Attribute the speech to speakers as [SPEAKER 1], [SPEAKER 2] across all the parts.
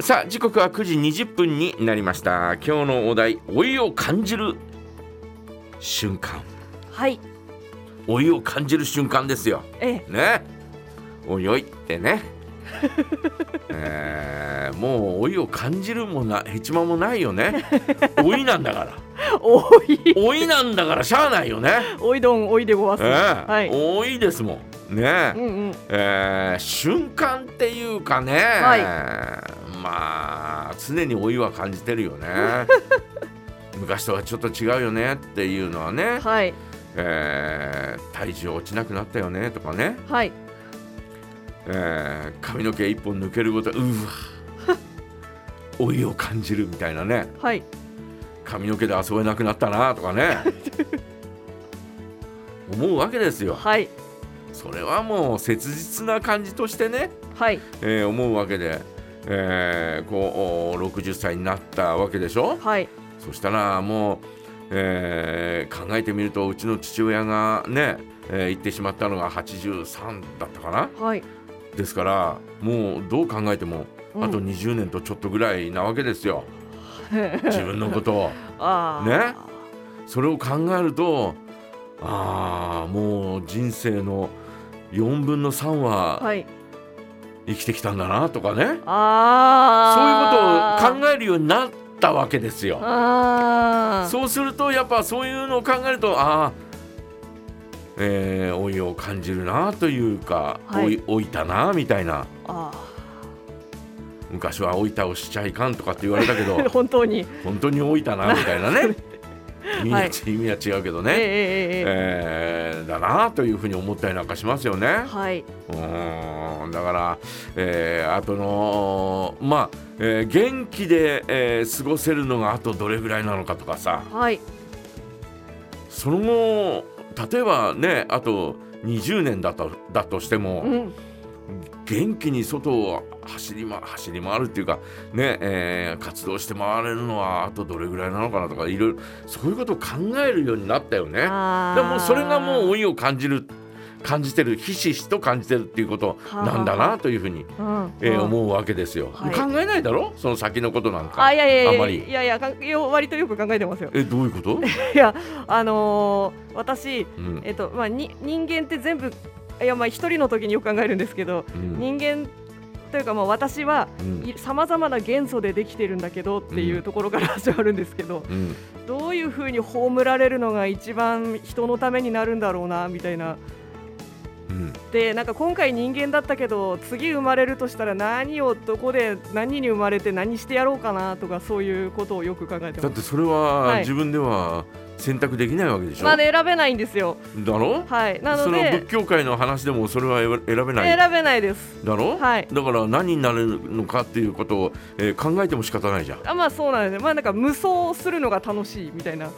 [SPEAKER 1] さあ時刻は9時20分になりました今日のお題老いを感じる瞬間
[SPEAKER 2] はい、
[SPEAKER 1] 老いを感じる瞬間ですよ
[SPEAKER 2] ええ、
[SPEAKER 1] ねおいおいって ねえーもう老いを感じるもなヘチマもないよね老いなんだから
[SPEAKER 2] おい、
[SPEAKER 1] 老いなんだからしゃあない よね、
[SPEAKER 2] おいどん、おいでごわす。
[SPEAKER 1] えー
[SPEAKER 2] はい、
[SPEAKER 1] 老いですもんね
[SPEAKER 2] うんうん、
[SPEAKER 1] えー瞬間っていうかね、
[SPEAKER 2] はい
[SPEAKER 1] まあ常に老いは感じてる よね昔とはちょっと違うよねっていうのはね、
[SPEAKER 2] はい、
[SPEAKER 1] えー体重落ちなくなったよねとかね、
[SPEAKER 2] はい、
[SPEAKER 1] えー髪の毛一本抜けることうわ 老いを感じるみたいなね
[SPEAKER 2] はい、
[SPEAKER 1] 髪の毛で遊べなくなったなとか ね思うわけですよ
[SPEAKER 2] はい、
[SPEAKER 1] それはもう切実な感じとしてね
[SPEAKER 2] はい、
[SPEAKER 1] えー思うわけで、えーこうお60歳になったわけでしょ
[SPEAKER 2] はい、
[SPEAKER 1] そしたらもう、えー考えてみるとうちの父親がね、えー行ってしまったのが83だったかな
[SPEAKER 2] はい、
[SPEAKER 1] ですからもうどう考えても
[SPEAKER 2] うん
[SPEAKER 1] あと20年とちょっとぐらいなわけです よ、自分のことを
[SPEAKER 2] あ
[SPEAKER 1] ねそれを考えるとああもう人生の4分の3
[SPEAKER 2] あ
[SPEAKER 1] は
[SPEAKER 2] はい、
[SPEAKER 1] 生きてきたんだなとかね、そう
[SPEAKER 2] ああ、
[SPEAKER 1] いうことを考えるようになったわけですよ。
[SPEAKER 2] ああ、
[SPEAKER 1] そうするとやっぱそういうのを考えるとああ、えー老いを感じるなというか、
[SPEAKER 2] はい
[SPEAKER 1] 老い老いたなみたいな
[SPEAKER 2] あ
[SPEAKER 1] 昔は老いたをしちゃいかんとかって言われたけど
[SPEAKER 2] あ 本当に、
[SPEAKER 1] 本当に老いたなみたいな ね意味は
[SPEAKER 2] はい
[SPEAKER 1] 意味は違うけど
[SPEAKER 2] ええ
[SPEAKER 1] ね、
[SPEAKER 2] えええ
[SPEAKER 1] え
[SPEAKER 2] え
[SPEAKER 1] ーだなというふうに思ったりなんかしますよね。
[SPEAKER 2] はい、
[SPEAKER 1] うーんだから、えーあとのまあ、えー元気で、えー過ごせるのがあとどれぐらいなのかとかさ
[SPEAKER 2] はい、
[SPEAKER 1] その後例えばねあと20年だとだとしても、
[SPEAKER 2] うん、
[SPEAKER 1] 元気に外を走り,、ま、走り回るっていうか、ねえー活動して回れるのはあとどれぐらいなのかなとかいろいろそういうことを考えるようになったよね。
[SPEAKER 2] ああ、
[SPEAKER 1] でもうそれがもう老いを感じる感じてるひしひしと感じてるっていうことなんだなというふうに
[SPEAKER 2] うん、
[SPEAKER 1] えー
[SPEAKER 2] うん。
[SPEAKER 1] 思うわけですよ、
[SPEAKER 2] はい
[SPEAKER 1] 考えないだろその先のことなん
[SPEAKER 2] あ
[SPEAKER 1] か
[SPEAKER 2] いやいやいや
[SPEAKER 1] あんまり
[SPEAKER 2] いやいやかんよ割とよく考えてますよ。
[SPEAKER 1] えどういうこと、
[SPEAKER 2] いやあのー私
[SPEAKER 1] うん
[SPEAKER 2] えっとまあに人間って全部いやまあ一人の時によく考えるんですけど、
[SPEAKER 1] うん
[SPEAKER 2] 人間というかまあ私は
[SPEAKER 1] うん
[SPEAKER 2] さまざまな元素でできてるんだけどっていうところから始まるんですけど、
[SPEAKER 1] うん
[SPEAKER 2] どういうふうに葬られるのが一番人のためになるんだろうなみたいな
[SPEAKER 1] うん
[SPEAKER 2] でなんか今回人間だったけど次生まれるとしたら何をどこで何に生まれて何してやろうかなとかそういうことをよく考えて
[SPEAKER 1] だっ
[SPEAKER 2] ま
[SPEAKER 1] てそれ
[SPEAKER 2] は
[SPEAKER 1] はい自分では選択できないわけでし
[SPEAKER 2] す。
[SPEAKER 1] ょ、
[SPEAKER 2] まだ選べないんですよ。
[SPEAKER 1] だろ
[SPEAKER 2] はい、な
[SPEAKER 1] そ
[SPEAKER 2] の
[SPEAKER 1] の仏
[SPEAKER 2] で
[SPEAKER 1] 教界の話でもそれは選選べないだ
[SPEAKER 2] 選べないです。
[SPEAKER 1] ろ、
[SPEAKER 2] はい
[SPEAKER 1] だから何になれるのかっていうことを、えー考えても仕方ないじゃん
[SPEAKER 2] あまあそうなんですね、まあ、なんか無双するのが楽しいみたいな、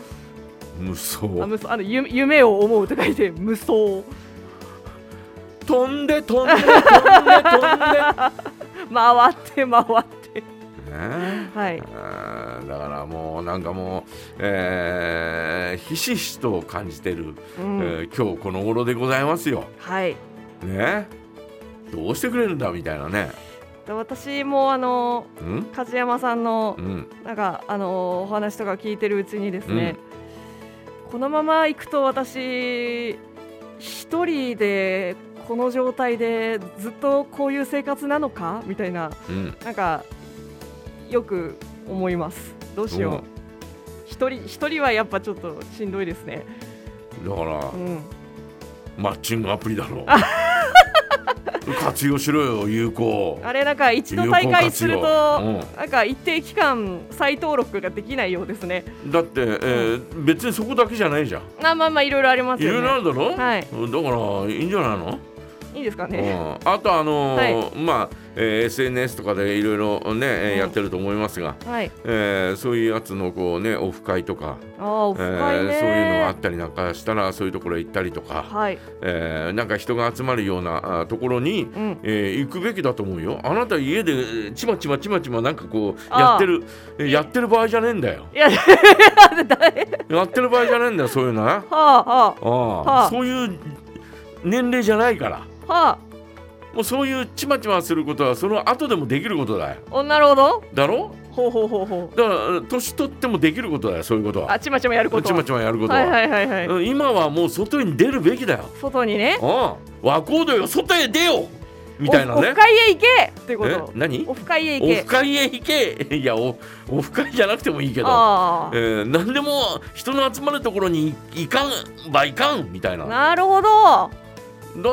[SPEAKER 1] 無
[SPEAKER 2] あ
[SPEAKER 1] 双
[SPEAKER 2] 無双あのゆ夢を思うと書いて、無双、
[SPEAKER 1] 飛んで飛んで飛んで飛んで、
[SPEAKER 2] 回って回って、
[SPEAKER 1] ね
[SPEAKER 2] はい、
[SPEAKER 1] あーだからもうなんかもう、えーひしひしと感じてる、
[SPEAKER 2] うん
[SPEAKER 1] えー今日この頃でございますよ。
[SPEAKER 2] はい、
[SPEAKER 1] ねどうしてくれるんだみたいなね。
[SPEAKER 2] で私もあの
[SPEAKER 1] うん
[SPEAKER 2] 梶山さんの
[SPEAKER 1] うん
[SPEAKER 2] なんかあのお話とか聞いてるうちにですね、このまま行くと私一人でこの状態でずっとこういう生活なのかみたいな
[SPEAKER 1] うん
[SPEAKER 2] なんかよく思います。どうしよう。一人一人はやっぱちょっとしんどいですね。
[SPEAKER 1] うんだから
[SPEAKER 2] うん。
[SPEAKER 1] マッチングアプリだろ 活用しろよ有効。
[SPEAKER 2] あれなんか一度
[SPEAKER 1] 有効
[SPEAKER 2] 大会
[SPEAKER 1] 活
[SPEAKER 2] す
[SPEAKER 1] 用
[SPEAKER 2] ると。
[SPEAKER 1] う
[SPEAKER 2] なんか一定期間再登録ができないようですね。
[SPEAKER 1] んだって、えー別にそこだけじゃないじゃん。
[SPEAKER 2] あまあまあいろいろあります
[SPEAKER 1] いろ
[SPEAKER 2] よ
[SPEAKER 1] いろあ
[SPEAKER 2] ね。
[SPEAKER 1] るだろ、
[SPEAKER 2] はい
[SPEAKER 1] だからいいんじゃないの
[SPEAKER 2] いいですかね。
[SPEAKER 1] うんあとあのーまあ、えー SNS とかでいろいろね、えー
[SPEAKER 2] うん
[SPEAKER 1] やってると思いますが、
[SPEAKER 2] はい。
[SPEAKER 1] えーそういうやつのこうねオフ会とか、
[SPEAKER 2] ああオ
[SPEAKER 1] え
[SPEAKER 2] フ会ね、
[SPEAKER 1] ーそういうのがあったりなんかしたらそういうところへ行ったりとか、
[SPEAKER 2] はい。
[SPEAKER 1] えーなんか人が集まるようなあところに、
[SPEAKER 2] うん。
[SPEAKER 1] えー行くべきだと思うよあなた家でえーちまちまちまちまなんかこうや
[SPEAKER 2] あ
[SPEAKER 1] っ
[SPEAKER 2] あ
[SPEAKER 1] てるえーやってる場合じゃねえんだよ
[SPEAKER 2] いや誰？
[SPEAKER 1] やってる場合じゃねえんだよそういうのな
[SPEAKER 2] はあは
[SPEAKER 1] ああ、
[SPEAKER 2] はあ
[SPEAKER 1] そういう年齢じゃないから
[SPEAKER 2] あはあ。
[SPEAKER 1] もうそういうちまちますることはその後でもできることだよ
[SPEAKER 2] おなるほど
[SPEAKER 1] だろ
[SPEAKER 2] ほうほうほうほう
[SPEAKER 1] だから年取ってもできることだよそういうことは
[SPEAKER 2] あちまちまやること
[SPEAKER 1] ちまちまやることは,、
[SPEAKER 2] はいはいはいはい、
[SPEAKER 1] うん今はもう外に出るべきだよ
[SPEAKER 2] 外にね
[SPEAKER 1] うん和光堂よ外へ出よみたいな
[SPEAKER 2] オ
[SPEAKER 1] ね
[SPEAKER 2] フ会へ行けってこと
[SPEAKER 1] え何
[SPEAKER 2] オフ会へ行
[SPEAKER 1] オ
[SPEAKER 2] け
[SPEAKER 1] フ会へ行け いやおオフ会じゃなくてもいいけど、
[SPEAKER 2] あ
[SPEAKER 1] えー、何でも人の集まるところに行かんばいかんみたい
[SPEAKER 2] あ
[SPEAKER 1] なだか
[SPEAKER 2] なるほど
[SPEAKER 1] ら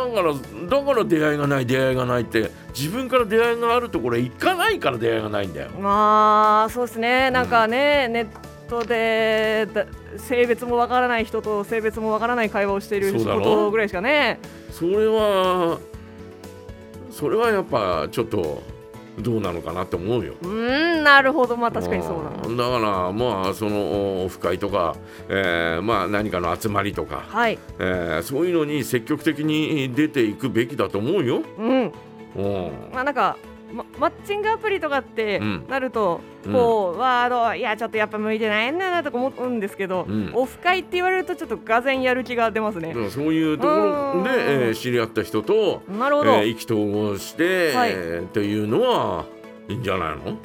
[SPEAKER 1] だから出会いがない出会いがないって自分から出会いがあるところへ行かないから出会いがないんだよ
[SPEAKER 2] まあそうですねなんかね、ネットでだ性別もわからない人と性別もわからない会話をしている
[SPEAKER 1] そうだ
[SPEAKER 2] こ
[SPEAKER 1] ろ
[SPEAKER 2] とぐらいしかね
[SPEAKER 1] それはそれはやっぱちょっとどうなのかなって思うよ
[SPEAKER 2] うーんなるほどまあ確かにそうだな
[SPEAKER 1] うんだからまあそのオフ会とか、えーまあ何かの集まりとか、
[SPEAKER 2] はい
[SPEAKER 1] えーそういうのに積極的に出ていくべきだと思うよ。
[SPEAKER 2] うん
[SPEAKER 1] うん
[SPEAKER 2] まあなんかまマッチングアプリとかって
[SPEAKER 1] うん
[SPEAKER 2] なると、
[SPEAKER 1] うん
[SPEAKER 2] こうワードいやちょっとやっぱ向いてないんだなとか思うんですけど、
[SPEAKER 1] うん
[SPEAKER 2] オフ会って言われるとちょっとがぜんやる気が出ますね
[SPEAKER 1] だ、からそういうところで
[SPEAKER 2] う、ん
[SPEAKER 1] えー知り合った人と、
[SPEAKER 2] なる
[SPEAKER 1] え
[SPEAKER 2] ほど、
[SPEAKER 1] ー意気投合して、
[SPEAKER 2] はい
[SPEAKER 1] えーっていうのはいいんじゃないの、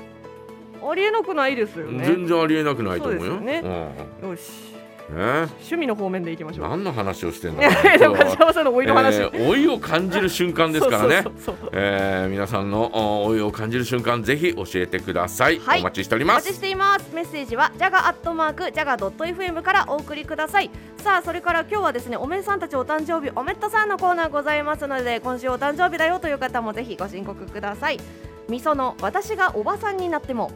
[SPEAKER 2] ありえなくないですよね
[SPEAKER 1] 全然ありえなくないと思うよ。
[SPEAKER 2] そうですよ
[SPEAKER 1] う
[SPEAKER 2] よし
[SPEAKER 1] んね
[SPEAKER 2] 趣味の方面でいきましょう
[SPEAKER 1] 何の話をして んの
[SPEAKER 2] でも
[SPEAKER 1] 今日は
[SPEAKER 2] 梶山さんの老いの話、
[SPEAKER 1] えー老いを感じる瞬間ですからね。
[SPEAKER 2] そうそうそうそう
[SPEAKER 1] えー皆さんのお老いを感じる瞬間ぜひ教えてください、
[SPEAKER 3] はい
[SPEAKER 1] お待ちしており
[SPEAKER 3] お
[SPEAKER 1] ま
[SPEAKER 3] 待ち
[SPEAKER 1] す
[SPEAKER 3] していますメッセージはジャガアットマークジャガドット FM からお送りくださいさあそれから今日はですねおめえさんたちお誕生日おめっとさんのコーナーございますので今週お誕生日だよという方もぜひご申告くださみその私がおばさんになっても